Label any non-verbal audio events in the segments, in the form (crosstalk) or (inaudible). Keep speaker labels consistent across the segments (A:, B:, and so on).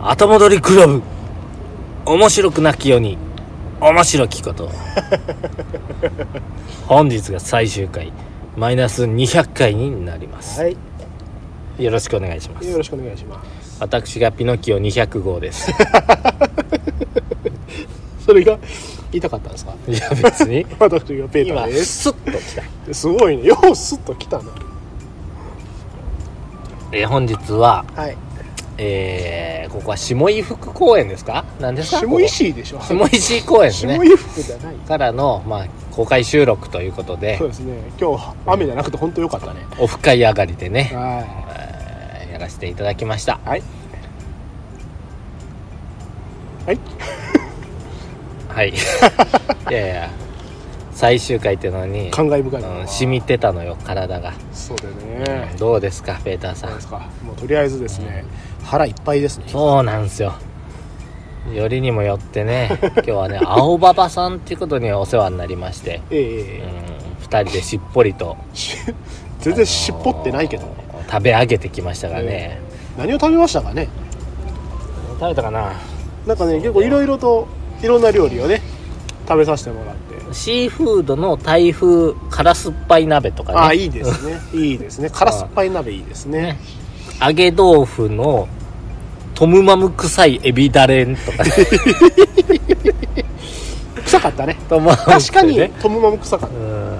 A: 後戻りクラブ面白くなきように面白きこと
B: (laughs)
A: 本日が最終回マイナス200回になります、
B: はい
A: よろしくお願いしま
B: よ
A: す
B: ろしくお願いします
A: 私がピノキオ200号です (laughs)
B: それが言いたかったんですか
A: いや別に
B: 私がペータ
A: 今
B: ーです
A: スッと来た
B: すごいねようスッと来たな
A: えー本日は
B: はい
A: えー、ここは下井福公園ですか何ですか
B: 下石井でしょ
A: ここ下石井公園です
B: 下
A: ね
B: 井福じゃない
A: からの、まあ、公開収録ということで
B: そうですね今日雨じゃなくて本当良かったね
A: オフ会上がりでね、
B: は
A: えーやらせていただきました
B: いはいはい
A: はいいやいや最終回ってのに、
B: 感慨深いな
A: うん、染みてたのよ体が、
B: そうだよね
A: どうですかペーターさ
B: なん
A: ん
B: ですかもうとりあえずですね腹いっぱいですね
A: そうなんですよよりにもよってね今日はね青馬場さんっていうことにお世話になりまして、
B: え
A: う
B: え
A: ん、
B: ええ
A: 2人でしっぽりと
B: し (laughs) 全然尻尾ってないけどね
A: 食べ上げてきましたからね、
B: 何を食べましたかね
A: 食べたかな
B: なんかね結構いろいろといろんな料理をね食べさせてもらって
A: シーフードの台風辛酸っぱい鍋と
B: あ
A: か
B: あ
A: ね
B: いいで
A: (laughs)
B: すねいいですね辛酸っぱい鍋いいですね
A: 揚げ豆腐のトムマム臭いエビだれんとかね
B: 臭かったね
A: トムマム臭いね
B: 確かにトムマム臭かった
A: うん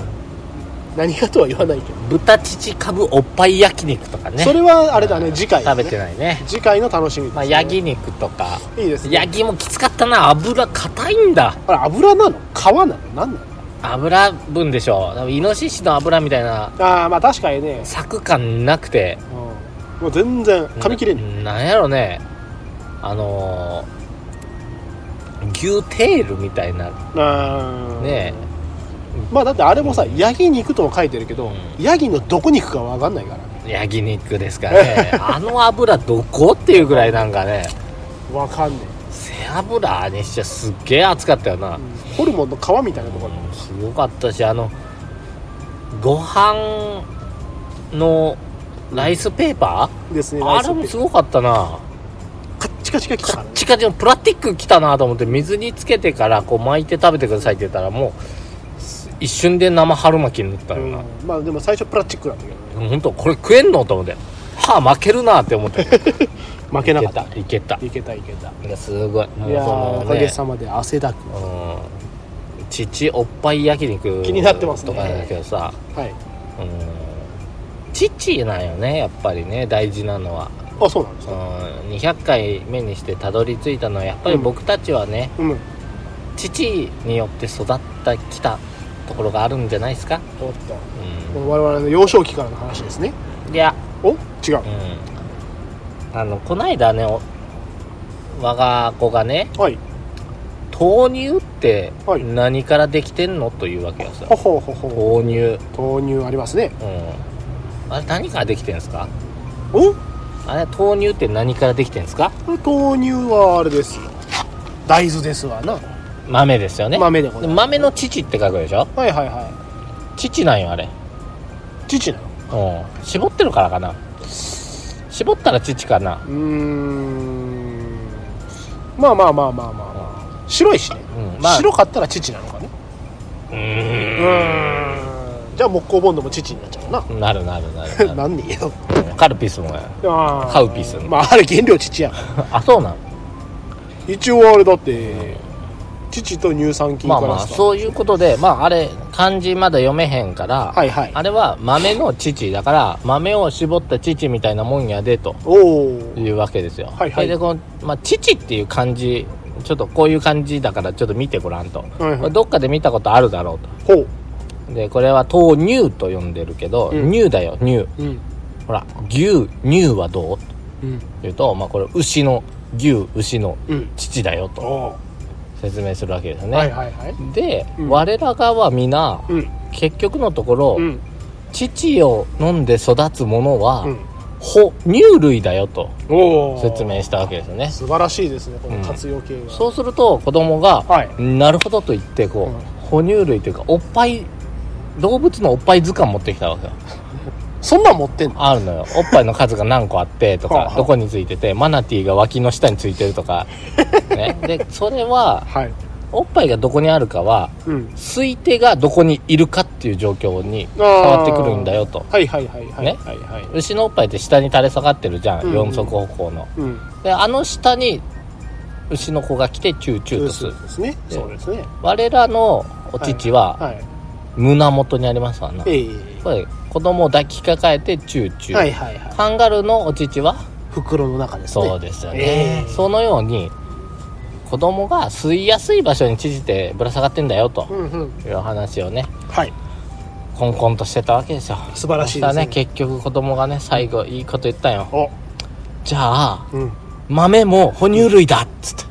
B: 何かとは言わないけど
A: 豚乳かぶおっぱい焼肉とかね
B: それはあれだね次回
A: 食べて
B: い
A: ないね
B: 次回の楽しみですね
A: まあヤギ肉とか
B: いいですね
A: ヤギもきつかったな油硬いんだ
B: あれ油なの皮なの何なの
A: 油分でしょ多分イノシシの油みたいな
B: ああまあ確かにね
A: 柵感なくて
B: うんもう全然噛み切れんね
A: ななんやろねあのー牛テールみたいな
B: あー
A: ね
B: まあだってあれもさヤギ肉とも書いてるけど
A: う
B: ヤギのどこ肉かわかんないからね
A: ヤギ肉ですから
B: (laughs)
A: ねあの油どこっていうぐらいなんかね
B: わかんね
A: 背脂にしちゃすっげえ熱かったよな
B: え、うんホルモンの皮みたいなところ
A: うんすごかったしあのご飯のライスペーパ
B: ですね
A: ー
B: ラ
A: あ
B: イス
A: れ
B: ペ
A: も
B: ー
A: す
B: ス
A: ごかったな
B: カッチカチが来た
A: カ
B: から
A: ッ
B: ね
A: チカチのプラスチックきたなと思って水につけてからこう巻いて食べてくださいって言ったらもうす一瞬で生春巻きになったよな、
B: うんまあでも最初プラスチックだったけどね
A: 本当これ食えんのと思って歯負けるなって思って
B: 負けなかった
A: いけたいけ
B: いけたいけた
A: たいやすごいもう
B: いや
A: そ
B: ー
A: の
B: おかげ
A: ね
B: さまで汗だく
A: うん父おっぱい焼肉
B: 気になってますね
A: とかだけどさ、
B: はい
A: うん、父なんよねやっぱりね大事なのは、
B: あそうなんです
A: う
B: か
A: ん、200回目にしてたどり着いたのはやっぱり僕たちはね、
B: うん
A: 父によって育ってきたところがあるんじゃないですか、
B: おっと
A: う
B: 我々の幼少期からの話ですね
A: ん、いや、
B: お違う
A: うん、あのこないだねお我が子がね
B: はい
A: 豆乳って
B: はい
A: 何からできてんのというわけよさ
B: ほほほほ
A: 豆乳、うん、
B: 豆乳ありますね
A: あれ何からできてんすか
B: お
A: あれ豆乳って何からできてんすか
B: 豆乳はあれですよ大豆ですわな
A: 豆ですよね
B: 豆でご
A: で
B: ざいま
A: 豆の乳って書くでしょ
B: すはいはいは
A: 乳なんよあれ
B: い父なの
A: うん絞ってるからかな絞ったら乳かな
B: うーんまあまあまあまあまあまあ白いしね
A: うんまあ
B: 白かったら父なのかね
A: う
B: う
A: ーん
B: ーんじゃあ木工ボンドも父になっちゃうな
A: なるなるなるなる
B: なんでよ
A: カルピスもや
B: あー
A: カウピスの
B: まああれ原料父やから
A: (laughs) あそうなの
B: 一応あれだって父と乳酸菌
A: ま
B: か
A: あま
B: ら
A: あ
B: した
A: そういうことでまああれ漢字まだ読めへんから、
B: はいはい
A: あれは豆の乳だから豆を絞った乳みたいなもんやでと
B: おお
A: いうわけですよ
B: はいはい
A: それでこの、まあ、乳っていう漢字ちょっとこういう漢字だからちょっと見てごらんと、
B: はい
A: こ
B: は
A: れ
B: い
A: どっかで見たことあるだろう
B: ほう
A: とでこれは豆乳と呼んでるけど、
B: うん
A: 乳だよ乳
B: うん
A: ほら牛乳はどう
B: うん
A: 言うと、まあ、これ牛の牛牛の
B: うん
A: 乳だよ
B: お
A: と
B: お
A: 説明するわけですよ
B: ー
A: ね、
B: はいはいはい
A: で、
B: うん
A: 我らがは皆
B: うん
A: 結局のところ、
B: うん
A: 乳を飲んで育つものは、
B: うん
A: 哺乳類だよと
B: おお
A: 説明したわけですよね
B: 素晴らしいですねこの活用系が
A: そうすると子供が、
B: はい
A: なるほどと言ってこう、
B: うん
A: 哺乳類というかおっぱい動物のおっぱい図鑑持ってきたわけよ
B: そんなん持ってんの
A: あるのよおっぱいの数が何個あってと
B: はあは
A: か
B: あ
A: どこについててマナティーが脇の下についてると
B: (laughs)
A: か、ね、でそれは
B: はい
A: おっぱいがどこにあるかは
B: うん
A: 吸い手がどこにいるかっていう状況に
B: あー
A: 変わってくるんだよと
B: はいはいはいはい
A: ね
B: はいはい
A: 牛のおっぱいって下に垂れ下がってるじゃん、
B: うん
A: 四足歩行の
B: うん
A: であの下に牛の子が来てチューチューとす
B: そう
A: る
B: ですね
A: で
B: そうですね
A: 我らのお乳は
B: はい
A: 胸元にありますわな、
B: えい
A: これ子供を抱きかかえてチューチュー、
B: はいはいはい
A: カンガルーのお乳は
B: 袋の中ですね
A: そう
B: で
A: ですよね、
B: ええ
A: そのように子供が吸いやすい場所に縮ってぶら下がってんだよと
B: うんうん
A: いう話をね
B: はい
A: コンコンとしてたわけですよ
B: 素晴らし
A: そし
B: いです
A: たら
B: ね
A: ね結局子供がね最後いいこと言ったんよ
B: お
A: じゃあ
B: うん
A: 豆も哺乳類だっつって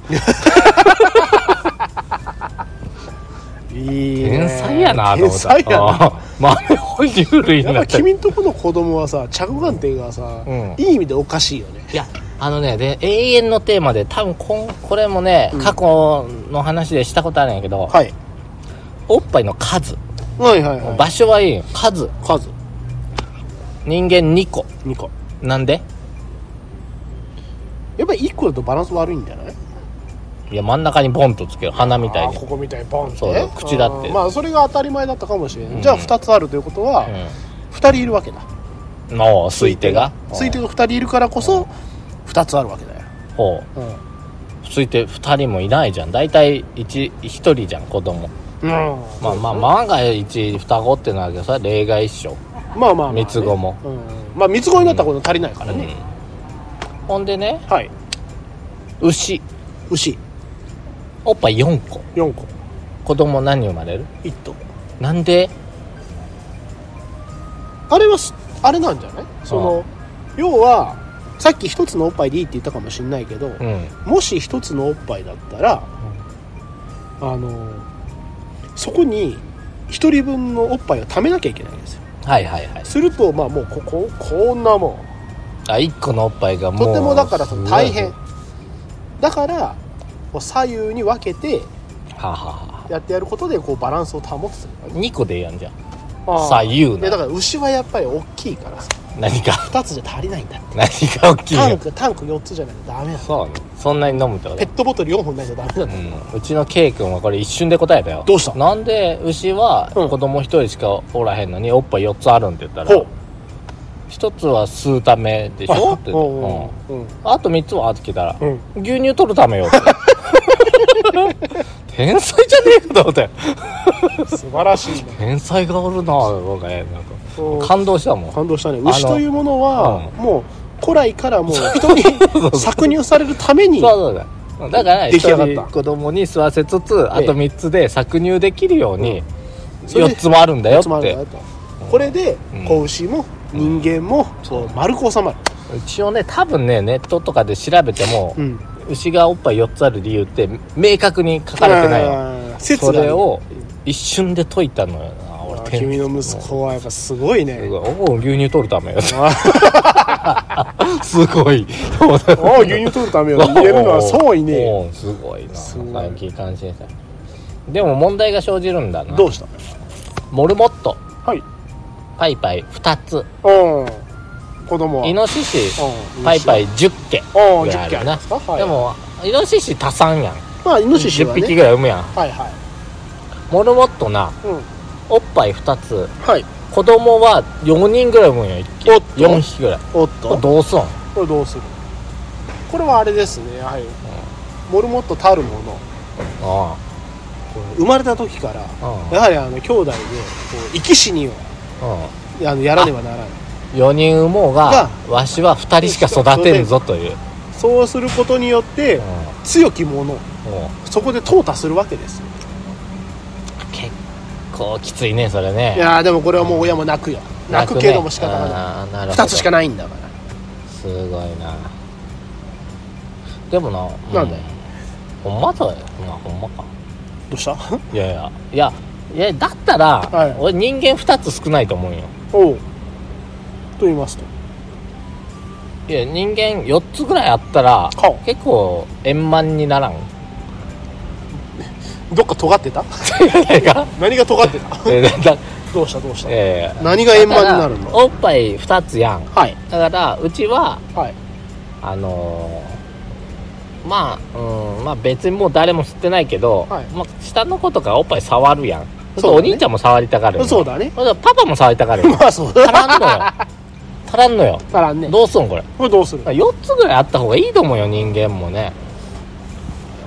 B: いいね
A: 天才やなと思った
B: 天才やな
A: あー豆哺乳類に
B: やっ
A: なっ
B: ぱ
A: ちゃう
B: (laughs) 君んとこの子供はさ着眼点がさ、
A: うん
B: いい意味でおかしいよね
A: いやあのねで永遠のテーマで多分こんこれもね、
B: うん
A: 過去の話でしたことあるんやけど、
B: はい
A: おっぱいの数、
B: はいはいはい
A: 場所はいいよ数
B: 数
A: 人間2個
B: 2個
A: なんで
B: やっぱり1個だとバランス悪いんじゃない
A: いや真ん中にボンとつける花みたい
B: あー
A: に
B: ここみたいにポンって
A: そうだよ口だって
B: あーまあそれが当たり前だったかもしれない、
A: うん
B: じゃあ2つあるということは、2人いるわけだ
A: うんの吸い手が
B: つい手が2人いるからこそ2つあるわけだよ、
A: ほう
B: うん
A: 吸い手2人もいないじゃん大体1人じゃん子供まあまあ万が一双子ってなるけどそれは例外っしょ
B: まあまあまあね
A: 三つ子も
B: うんまあ三つ子になったこと足りないからね、
A: うんほんでね
B: はい
A: 牛
B: 牛
A: おっぱい4個
B: 4個
A: 子供何生まれる
B: 1頭
A: なんで
B: あれはすあれなんじゃないその要はさっき一つのおっぱいでいいって言ったかもしれないけど、
A: うん
B: もし一つのおっぱいだったら、あのそこに一人分のおっぱいを貯めなきゃいけないんですよ
A: はいはいはい
B: するとまあもうこここんなもん
A: あ一1個のおっぱいがもう
B: とてもだからその大変
A: は
B: だからこう左右に分けて
A: あはあは
B: やってやることでこうバランスを保つ
A: 2個でええやんじゃん
B: あー
A: 左右
B: でだ
A: な
B: から牛はやっぱり大きいからさ
A: 何か
B: 2つじゃ足りないんだって
A: 何が大きい
B: タン
A: よ
B: クタンク4つじゃないとダメなの
A: そうねそんなに飲むってこと
B: ペットボトル4本ないとダメなの
A: うんうちの K 君はこれ一瞬で答えたよ
B: どうした
A: なんで牛は
B: うん
A: 子供一人しかおらへんのにおっぱい4つあるんって言った
B: ほ
A: ら一つは吸うためでしょって言って
B: ううん
A: うんあと3つはって聞いたら
B: うん
A: 牛乳取るため
B: (laughs)
A: よって天才じゃねえかと思ったよ
B: 素晴らしいね
A: 天才がおるな僕ねなん
B: うん
A: か感動したもん
B: 感動したね牛というものは
A: う
B: もう古来からもう人に搾乳されるために
A: そうそうだだから
B: 出
A: 一
B: 来上がった
A: 人子供に吸わせつつあと3つで搾乳できるように
B: それで
A: 4つもあるんだよっ
B: つまる
A: て
B: んだとこれで
A: うん
B: 子牛も人間もそう丸く収まる
A: 一応ね多分ねネットとかで調べても、
B: うん
A: 牛がおっぱい4つある理由って明確に書かれてないの
B: あー説
A: そ
B: がね
A: れを一瞬で解いたのよな
B: あ
A: 俺
B: ー
A: 天
B: 君の息子はやっぱすごい
A: す
B: ね
A: ごいおお牛乳取るためよ
B: あー
A: (laughs) すごい
B: おー牛乳取るためよ
A: (laughs)
B: 入れるのはそういね
A: おーすごいな
B: すごい
A: 最近感心したでも問題が生じるんだな
B: どうした
A: モルモット
B: はい
A: パイパイ2つ
B: うん子供は
A: イノシシ
B: うん
A: パイパイ10毛
B: おお
A: ぐ
B: 10
A: らいある
B: 件あり
A: な
B: ますか、はい、
A: でもイノシシ多産やん
B: まあイノシシ
A: 10
B: はね
A: 匹ぐらい産むやん
B: はいはい
A: モルモットな
B: うん
A: おっぱい2つ
B: はい
A: 子供は4人ぐらい産むんよ一気
B: おっと
A: 4匹ぐらい
B: おっ
A: ことれどうすん
B: これどうするこれはあれですねやはり、モルモットたるもの
A: あ
B: こう生まれた時から
A: あ
B: やはりあの兄弟でこう生き死にを
A: あ
B: あのやらねばならない
A: 4人産もうが
B: が
A: わしは2人しか育てんぞという、
B: そうすることによって
A: うん
B: 強きもの
A: もう
B: そこで淘汰するわけですよ
A: 結構きついねそれね
B: いやーでもこれはもう親も泣くよ泣くけども仕方がない
A: い、
B: (laughs)
A: なるほど
B: 2つしかないんだから
A: すごいなでもな
B: なんだよ
A: うんほんまだよまあほんまか
B: どうした
A: いやいやいやいやだったら、
B: はい
A: 俺人間2つ少ないと思うよ
B: おうと言いますと
A: いや人間4つぐらいあったら
B: はあ
A: 結構円満にな
B: (laughs)
A: らん
B: どっか尖ってた (laughs)
A: 何が
B: 何が尖ってた (laughs)
A: えだ
B: どうしたどうした、
A: ええ
B: 何が円満になる
A: だ
B: の
A: からおっぱい2つやん
B: はい
A: だからうちは
B: はい
A: あのーまあ、うん、まあ別にもう誰も吸ってないけど、
B: はい
A: まあ、下の子とかおっぱい触るやんそうすると
B: そうだ
A: お
B: ね
A: 兄ちゃんも触りたがるよ
B: そうだね
A: だからパパも触りたがるよ
B: (laughs) まあ (laughs) そう
A: 足
B: だ
A: らんのよ足らんのよ
B: ならんね
A: どうすんこれ
B: これどうする
A: 4つぐらいあった方がいいと思うよ人間もね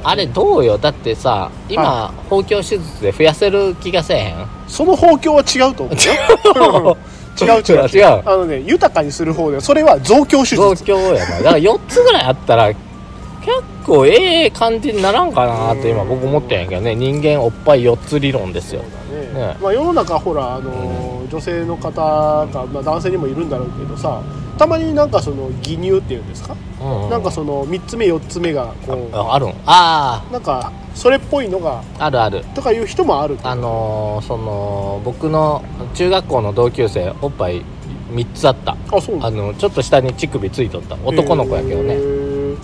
A: あれどうよだってさ今包茎手術で増やせる気がせえへん
B: その方向は (laughs) 違うと思うよ違う
A: (laughs)
B: 違う
A: 違う
B: あのね豊かにする方でそれは増強手
A: 増
B: 術
A: 強やなだから4つぐらいあったら結構ええ感じにならんかなと今僕思ってんやけどね人間おっぱい4つ理論ですよ
B: そうだね
A: ね
B: まあ、世の中ほら、あのー女性の方か、まあ、男性にもいるんだろうけどさたまになんかその義乳っていうんですか、
A: うんうん
B: なんかその3つ目4つ目がこ
A: ああるんあ
B: うなんかそれっぽいのが
A: ああるある
B: とかいう人もあるけど
A: あのーその僕の中学校の同級生おっぱい3つあった
B: あそうな
A: あ
B: んだ
A: のちょっと下に乳首ついとった男の子やけど
B: へ
A: ね
B: ー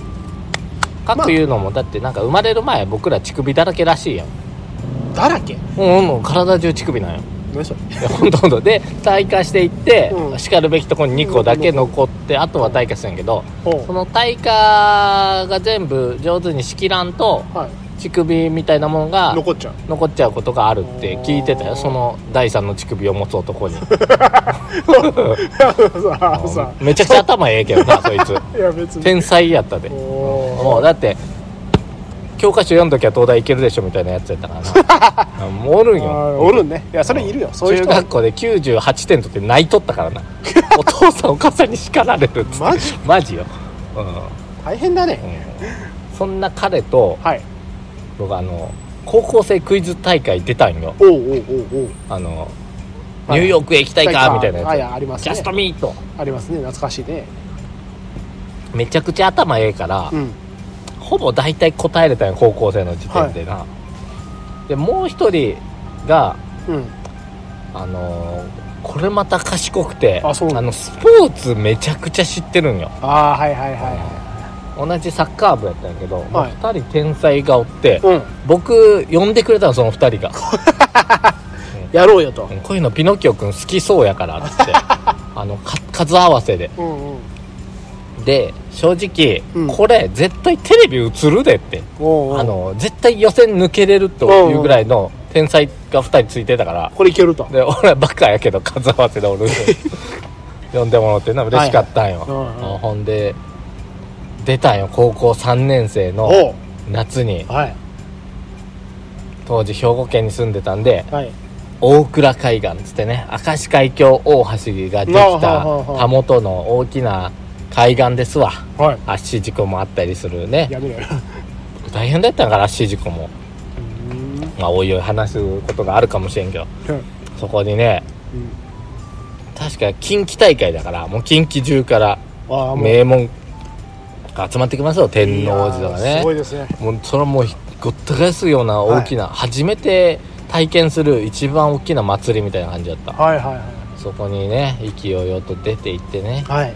A: かくいうのもだってなんか生まれる前僕ら乳首だらけらしいやん
B: だらけ
A: うんうん体中乳首
B: (laughs)
A: なんよ
B: 何それ
A: いやほんとほんとで退化していって、
B: うん
A: しかるべきとこに2個だけ残ってあとは退化するんやけど
B: ほ
A: その退化が全部上手に仕切らんと
B: うはい
A: 乳首みたいなものが
B: 残っちゃう (laughs)
A: 残っちゃうことがあるって聞いてたよその第三の乳首を持つ男に
B: あの (laughs) さあのさ
A: めちゃくちゃ頭ええけどなそい
B: (laughs)
A: つ
B: いや別に
A: 天才やったでも
B: お
A: うだって教科書読んどきゃ東大行けるでしょみたいなやつやったからなあ
B: (laughs)
A: もうおるん
B: ー
A: よ
B: あーおるんねいやそれいるよそうい
A: 中
B: う人は
A: 学校で98点取って泣いとったから
B: (laughs)
A: なお父さんお母さんに叱られるっつって
B: マジ
A: マジよ、うん
B: 大変だね
A: うん、そんな彼と
B: はい
A: 僕あの高校生クイズ大会出たんよ
B: おうおうおうおう
A: あの
B: は
A: ニ
B: い
A: ューヨークへ行きたいかみたいな
B: あ
A: や
B: やありま
A: つ
B: す
A: ジャ
B: ね
A: ストミート
B: ありますね懐かしいね
A: めちゃくちゃ頭ええから
B: うん
A: ほぼ大体答えれたんよ高校生の時点でな、でもう一人が
B: うん
A: あのーこれまた賢くて
B: あそう
A: のスポーツめちゃくちゃ知ってるんよ
B: ああはいはいは
A: 同じサッカー部やったんやけど、もう
B: はい
A: 2人天才がおって
B: いはいうん
A: 僕呼んでくれたのその2人が
B: (laughs) やろうよと
A: うんこういうのピノキオ君好きそうやからっつ
B: (laughs)
A: ってあのか数合わせで
B: うんうん
A: で正直、
B: うん
A: これ絶対テレビ映るでって
B: おうおう
A: あの絶対予選抜けれるというぐらいの天才が2人ついてたから
B: これいけると
A: で俺はバカやけど数合わせで俺呼んでもらってな嬉しかったんよ、
B: はいはいうんうん
A: ほんで出たんよ高校3年生の
B: おう
A: 夏に
B: はい
A: 当時兵庫県に住んでたんで
B: はい
A: 大倉海岸っつってね明石海峡大橋ができ
B: あは
A: た
B: あはあはあ
A: たもとの大きな海岸ですわ
B: はい
A: 圧死事故もあったりするね
B: やめろよ
A: 大変だったんから圧死事故も
B: うーん
A: まあおいおい話すことがあるかもしれんけどそこにね
B: うん
A: 確か近畿大会だからもう近畿中から
B: ああもう
A: 名門が集まってきますよ天皇寺とか
B: いやー
A: ね
B: すごいですね
A: もうそれはもうごった返すような大きな、初めて体験する一番大きな祭りみたいな感じだった
B: はいはい
A: そこにね意気揚々と出て行ってね、
B: はいはい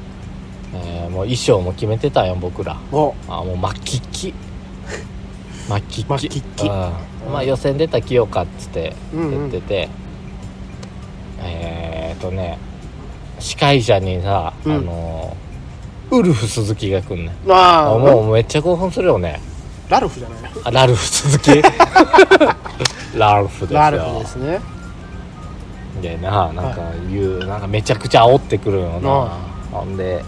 A: えーもう衣装も決めてたよ僕ら
B: おう
A: あもう巻きっ
B: (laughs)
A: き巻きっき
B: 巻きっき
A: うんまあ予選出た清かっつって
B: うんう
A: 言
B: ん
A: ってて、えーっとね司会者にさ、
B: うん
A: あのウルフ鈴木が来んねん
B: あ
A: あも
B: あも
A: うめっちゃ興奮するよね
B: うラルフじゃない
A: あラルフ鈴
B: (laughs)
A: 木ラルフですよ
B: ラルフですね
A: でななんか言う、なんかめちゃくちゃ煽ってくるよな、
B: うん
A: ほんで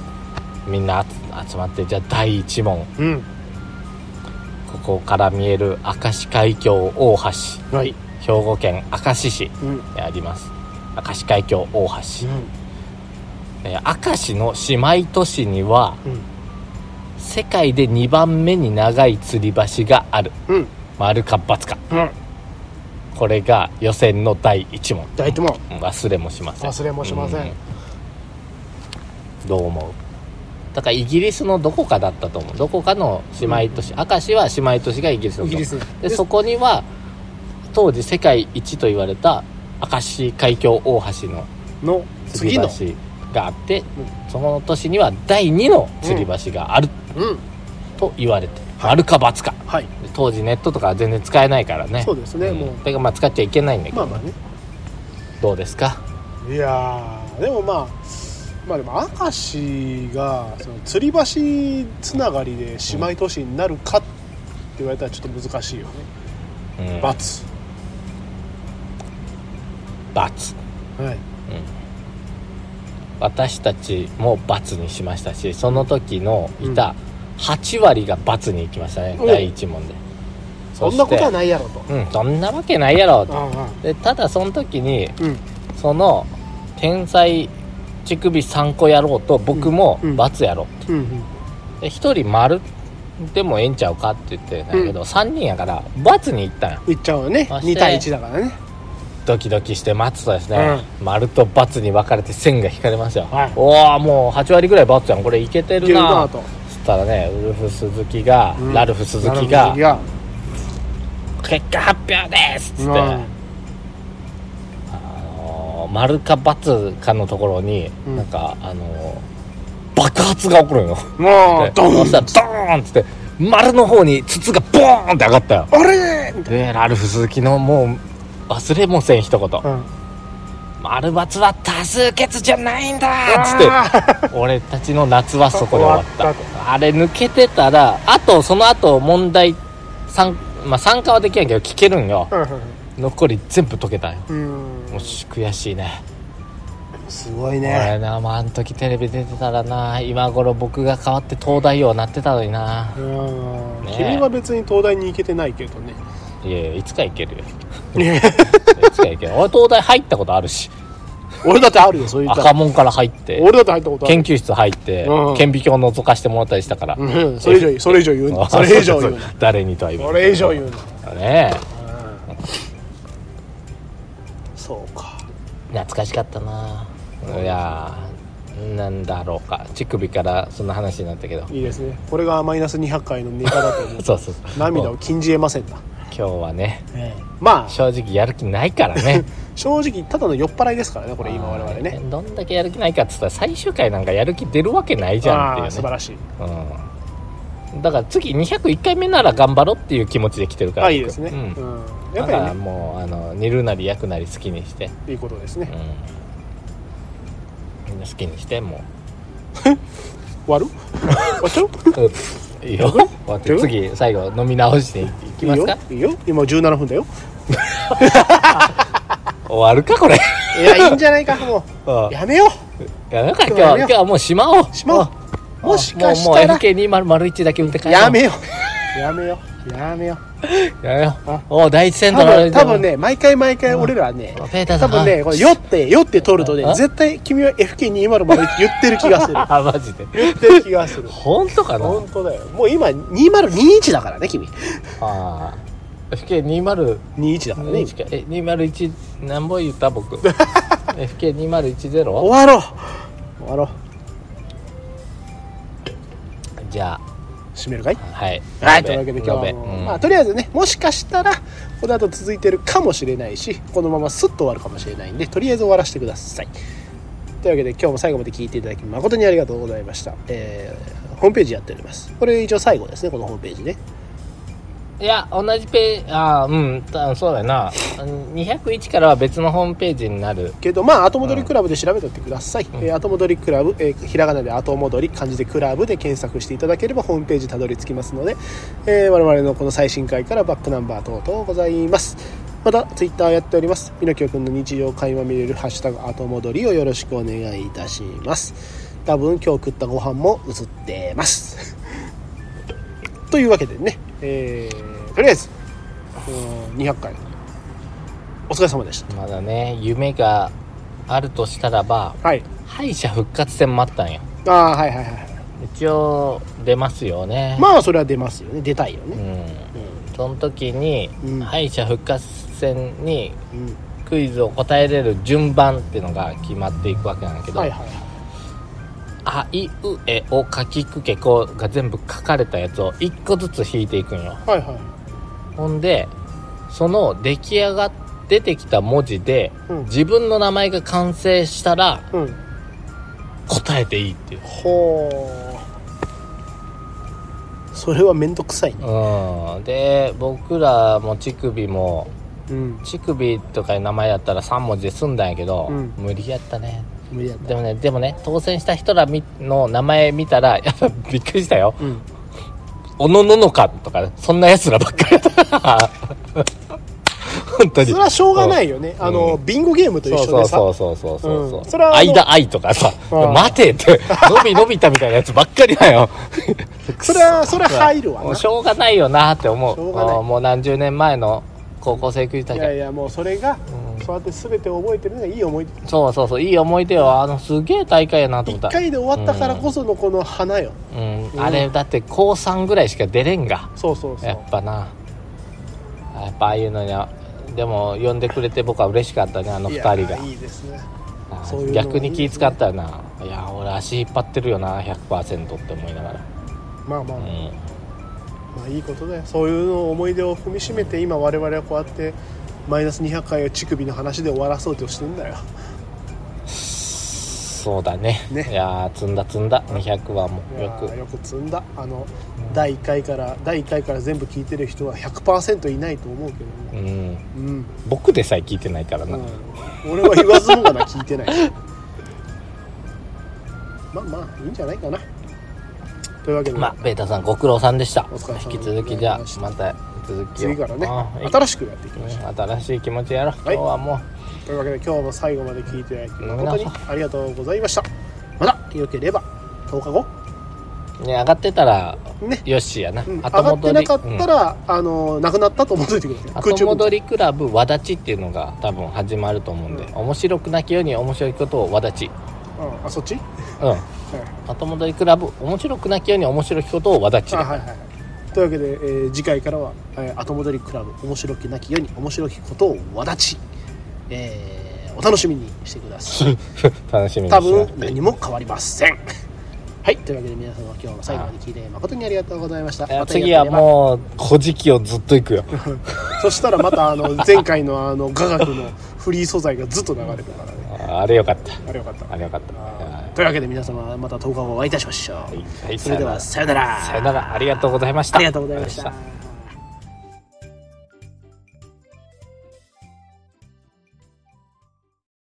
A: みんな集集まってじゃあ第1問
B: うん
A: ここから見える明石海峡大橋
B: はい
A: 兵庫県明石市
B: うんうん
A: にあります明石海峡大橋、えー明石の姉妹都市には
B: うん
A: 世界で2番目に長い吊り橋がある
B: うん
A: 丸か×か
B: うん
A: これが予選の第1問
B: 大体も
A: 忘れもしません
B: 忘れもしません
A: うんどう思うだからイギリスのどこかだったと思うどこかの姉妹都市、明石は姉妹都市がイギリスのと
B: イギリス
A: でそこには当時世界一と言われた明石海峡大橋の
B: の
A: 吊
B: 次の
A: り橋があって、その年には第2の吊り橋がある
B: うん
A: と言われて、丸か×か
B: はい
A: で当時ネットとかは全然使えないからね
B: そうですね
A: ん
B: もう
A: だからまあ使っちゃいけないんだけど、
B: まあまあね
A: どうですか
B: いやーでもまあまあでも明石がその吊り橋つながりで姉妹都市になるかって言われたらちょっと難しいよね
A: うん
B: 罰
A: 罰
B: はい
A: 私たちも罰にしましたしその時のいた8割が罰に行きましたね、
B: うん
A: 第1問で
B: そんなことはいないやろと
A: うんそんなわけないやろと
B: あ
A: でただその時に
B: あうん
A: その天才乳首3個やろうと僕も
B: うんうん
A: 罰やろうって
B: うんうん
A: で1人丸でもええんちゃうかって言ってたんやけど、3人やから罰に行ったんや
B: いっちゃうよね
A: そして
B: 2対1だからね
A: ドキドキして待つとですね、丸と×に分かれて線が引かれますよ、
B: はい
A: おおもう8割ぐらい×やんこれいけて
B: い
A: る
B: ける
A: な
B: なと
A: そしたらねウルフ鈴木が、
B: うん
A: ラルフ鈴木
B: なる
A: が
B: ほどいや
A: 「結果発表です!」っつって、あのー丸か×かのところに、
B: うん
A: なんかあのー爆発が起こるの
B: うんも
A: で
B: うド
A: そ
B: ン
A: したらドーンっつって丸の方に筒がボーンって上がったよ
B: あれみたい
A: でラルフ鈴木のもう忘れもせん一言
B: なうん
A: 「丸×は多数決じゃないんだ!」っつって
B: あー
A: 俺たちの夏はそこで終わっ
B: 終わった
A: あれ抜けてたらあとその後問題参,、まあ、参加はできないけど聞けるんよ残り全部解けたんよ
B: (laughs) うん
A: もし悔しいね
B: すごいね
A: 俺なまああの時テレビ出てたらな今頃僕が変わって東大王なってたのにな
B: うん
A: ねえ
B: 君は別に東大に行けてないけどね
A: いやいやいつか行けるよいつか行ける俺東大入ったことあるし
B: (laughs) 俺だってあるよそういう
A: 赤門から入って
B: 俺だって入ったことある
A: 研究室入って、
B: うん
A: 顕微鏡覗かしてもらったりしたから、
B: うんそれ以上それ以上言うなそれ以上言う
A: (laughs) 誰にとは言
B: な
A: わ
B: そ
A: ない
B: れ以上言うな
A: ねえ
B: そうか
A: 懐かしかったないやーなんだろうか乳首からそんな話になったけど
B: いいですねこれがマイナス200回のネタだと
A: (laughs)
B: 思う
A: そうそうそう
B: 涙
A: もう
B: を禁じ得ませんな
A: 今日はね
B: まあ
A: 正直やる気ないからね
B: 正直ただの酔っ払いですからねこ (laughs) れ今我々ね
A: どんだけやる気ないかっつったら最終回なんかやる気出るわけないじゃんってい
B: あー素
A: う
B: 晴
A: ね
B: らしい
A: うんだから次201回目なら頑張ろうっていう気持ちで来てるから
B: あいい
A: 僕
B: ですね
A: う
B: うんん
A: だ
B: やっ
A: か
B: ぱ
A: ら
B: りね
A: もうあの煮るなり焼くなり好きにして、
B: いいことです
A: う
B: ね
A: ん、みんな好きにしても
B: 終
A: (laughs)
B: わる終わっちゃう
A: ういいよ終わって次最後飲み直していきますか
B: いいよいいよ今17分だよ
A: 終わるかこれ
B: いやいいんじゃな
A: (laughs)
B: いかもうやめよ
A: いやなんか今日
B: や
A: は
B: めよ
A: 今日はもうしまおう
B: うしまお
A: ん
B: うもしかした
A: もうもう
B: ら
A: FK2001 だけ見て帰ろう
B: やめようやめようやめよう
A: やめよう
B: あ
A: おう第一戦
B: 多
A: だ
B: 分多分ね毎回毎回俺らはね
A: ペーターさ
B: 多
A: ん
B: 分ねこれ酔って酔って取るとね
A: あ
B: 絶対君は FK200 まで言ってる気がする
A: ああマジで
B: 言ってる気がする
A: 本当かな
B: (laughs) 本当だよもう今2021だからね君
A: ああ FK20
B: 21だからね今
A: え201何本言った
B: (laughs)
A: 僕 FK2010
B: 終わろう終わろう
A: じゃ
B: 締めるかい
A: あはい
B: はい、
A: 延
B: というわけで
A: べ
B: 今日は
A: 延べ
B: もう、
A: うん
B: まあ、とりあえずねもしかしたらこの後続いてるかもしれないしこのまますっと終わるかもしれないんでとりあえず終わらせてくださいというわけで今日も最後まで聞いていただき誠にありがとうございました、えーホームページやっておりますこれ一応最後ですねこのホームページね
A: いや同じページああうんたそうだよな201からは別のホームページになる
B: けどまあ後戻りクラブで調べておいてください、
A: ん
B: えー後戻りクラブ、えーひらがなで後戻り漢字でクラブで検索していただければホームページたどり着きますので、えー我々のこの最新回からバックナンバー等々ございますまたツイッターやっておりますみのきょくんの日常会話見れる「ハッシュタグ後戻り」をよろしくお願いいたします多分今日食ったご飯も映ってます (laughs) というわけでね、えーとりあえずうん200回お疲れ様でした
A: まだね夢があるとしたらば
B: はい
A: 敗者復活戦もあったんよ
B: ああはいはいはい
A: 一応出ますよね
B: まあそれは出ますよね出たいよ
A: う
B: ね、
A: ん
B: う
A: その時に
B: うん
A: 敗者復活戦に
B: んうん
A: クイズを答えれる順番っていうのが決まっていくわけなんだけど
B: はいはいは
A: 「あいうえをかきくけこ」が全部書かれたやつを1個ずつ引いていくんよ
B: いはいは
A: ほんでその出来上がっ出てきた文字で、
B: うん
A: 自分の名前が完成したら
B: いうん
A: 答えていいっていう
B: ほうそれは面倒くさいね
A: うんで僕らも乳首も
B: うん
A: 乳首とかいう名前だったら3文字で済んだんやけど、
B: うん
A: 無理やったね
B: 無理やった
A: でもねでもね当選した人らみの名前見たら (laughs) やっぱびっくりしたよ
B: うん
A: 「おのののか」とかねそんなやつらばっかりやった (laughs) 本当
B: そ
A: に
B: れはしょうがない
A: よ
B: よねあのビンゴゲームと一
A: そうそ
B: 緒で
A: う
B: さ
A: そうそうそうそうそう、
B: うんそれはあの
A: 間愛とかさ「
B: うん
A: 待て」って「伸び伸びた」みたいなやつばっかりだよ
B: それはそれは入るわ
A: もう
B: な
A: しょうがないよなって思う
B: しょうがない
A: うんもう何十年前の高校生クイズ大
B: い
A: 会
B: やいやもうそれが
A: うん
B: そうやって全て覚えてるのがいい思い出
A: そうそうそういい思い出よあのすげえ大会やなと思
B: 一
A: った
B: 回で終わったからこそのこの花よ
A: うん、
B: うん
A: あれだって高3ぐらいしか出れんが
B: そうそうそ
A: やっ
B: う
A: ぱなやっぱああいうのにはでも呼んでくれて僕は嬉しかったねあの
B: い
A: 2
B: や
A: 人が
B: いいですね
A: あ
B: そういうのがいい
A: 逆に気使ったよないや俺足引っ張ってるよな100%って思いながら
B: まあまあ
A: う
B: ま
A: ん
B: あいいことだよそういうのを思い出を踏みしめて今我々はこうやってマイナス200回を乳首の話で終わらそうとしてんだよ
A: そうだね
B: ね
A: いやー積んだ積んだ200はも
B: いう
A: よ
B: やー
A: く
B: よく積んだあの第1回から第1回から全部聞いてる人は100%いないと思うけど
A: う
B: ね
A: ん
B: うん、
A: 僕でさえ聞いてないから
B: う
A: な、
B: ん、俺は言わずもがな聞いてない (laughs) まあまあいいんじゃないかなというわけで、
A: まあベータさんご苦労さんでした
B: お疲れ様で
A: 引き続きじゃあまた続きを
B: 次からね
A: あー
B: 新しくやっていきましょう
A: 新しい気持ちやろう、
B: はい
A: 今日はもう
B: というわけで今日も最後まで聞いていただき本当にありがとうございましたまたよければ10日後
A: ね上がってたら
B: ね、
A: よしやな、
B: うん、上
A: 後
B: がっ
A: 戻
B: て
A: り
B: なかったら、あのなくなったと思っといてくだ
A: う
B: さ
A: ん
B: い空中
A: 後
B: 分
A: 戻りクラブわだちっていうのが多分始まると思うんで、
B: うん
A: 面白くなきように面白いことをわだち
B: うん、あそっち、は
A: う
B: い、
A: ん後戻りクラブ面白くなきように面白いことをわだち
B: あはいはいはいというわけで、えー次回からは、えー後戻りクラブ面白きなきように面白きことをわだち、えーお楽しみにしてくださ
A: (laughs)
B: い
A: (laughs) 楽しみにし
B: 多
A: なく
B: 分
A: ていい
B: 何も変わりませんはいというわけで皆様今日も最後まで聞いて誠にありがとうございました
A: いや
B: また
A: 次は
B: よければ
A: もう「古事記」をずっとい
B: (laughs)
A: くよ
B: そしたらまた
A: (laughs)
B: あの前回のあの雅楽のフリー素材がずっと流れてたからね。
A: ああれよかった
B: あれよかった。
A: あれよかったは
B: というわけで皆様また10日後お会いいたしまし
A: い
B: ょ
A: は
B: う。
A: い
B: それではさよなら。
A: さよならありがとうございました
B: ありがとうございまし
A: ありがとうございました
B: た。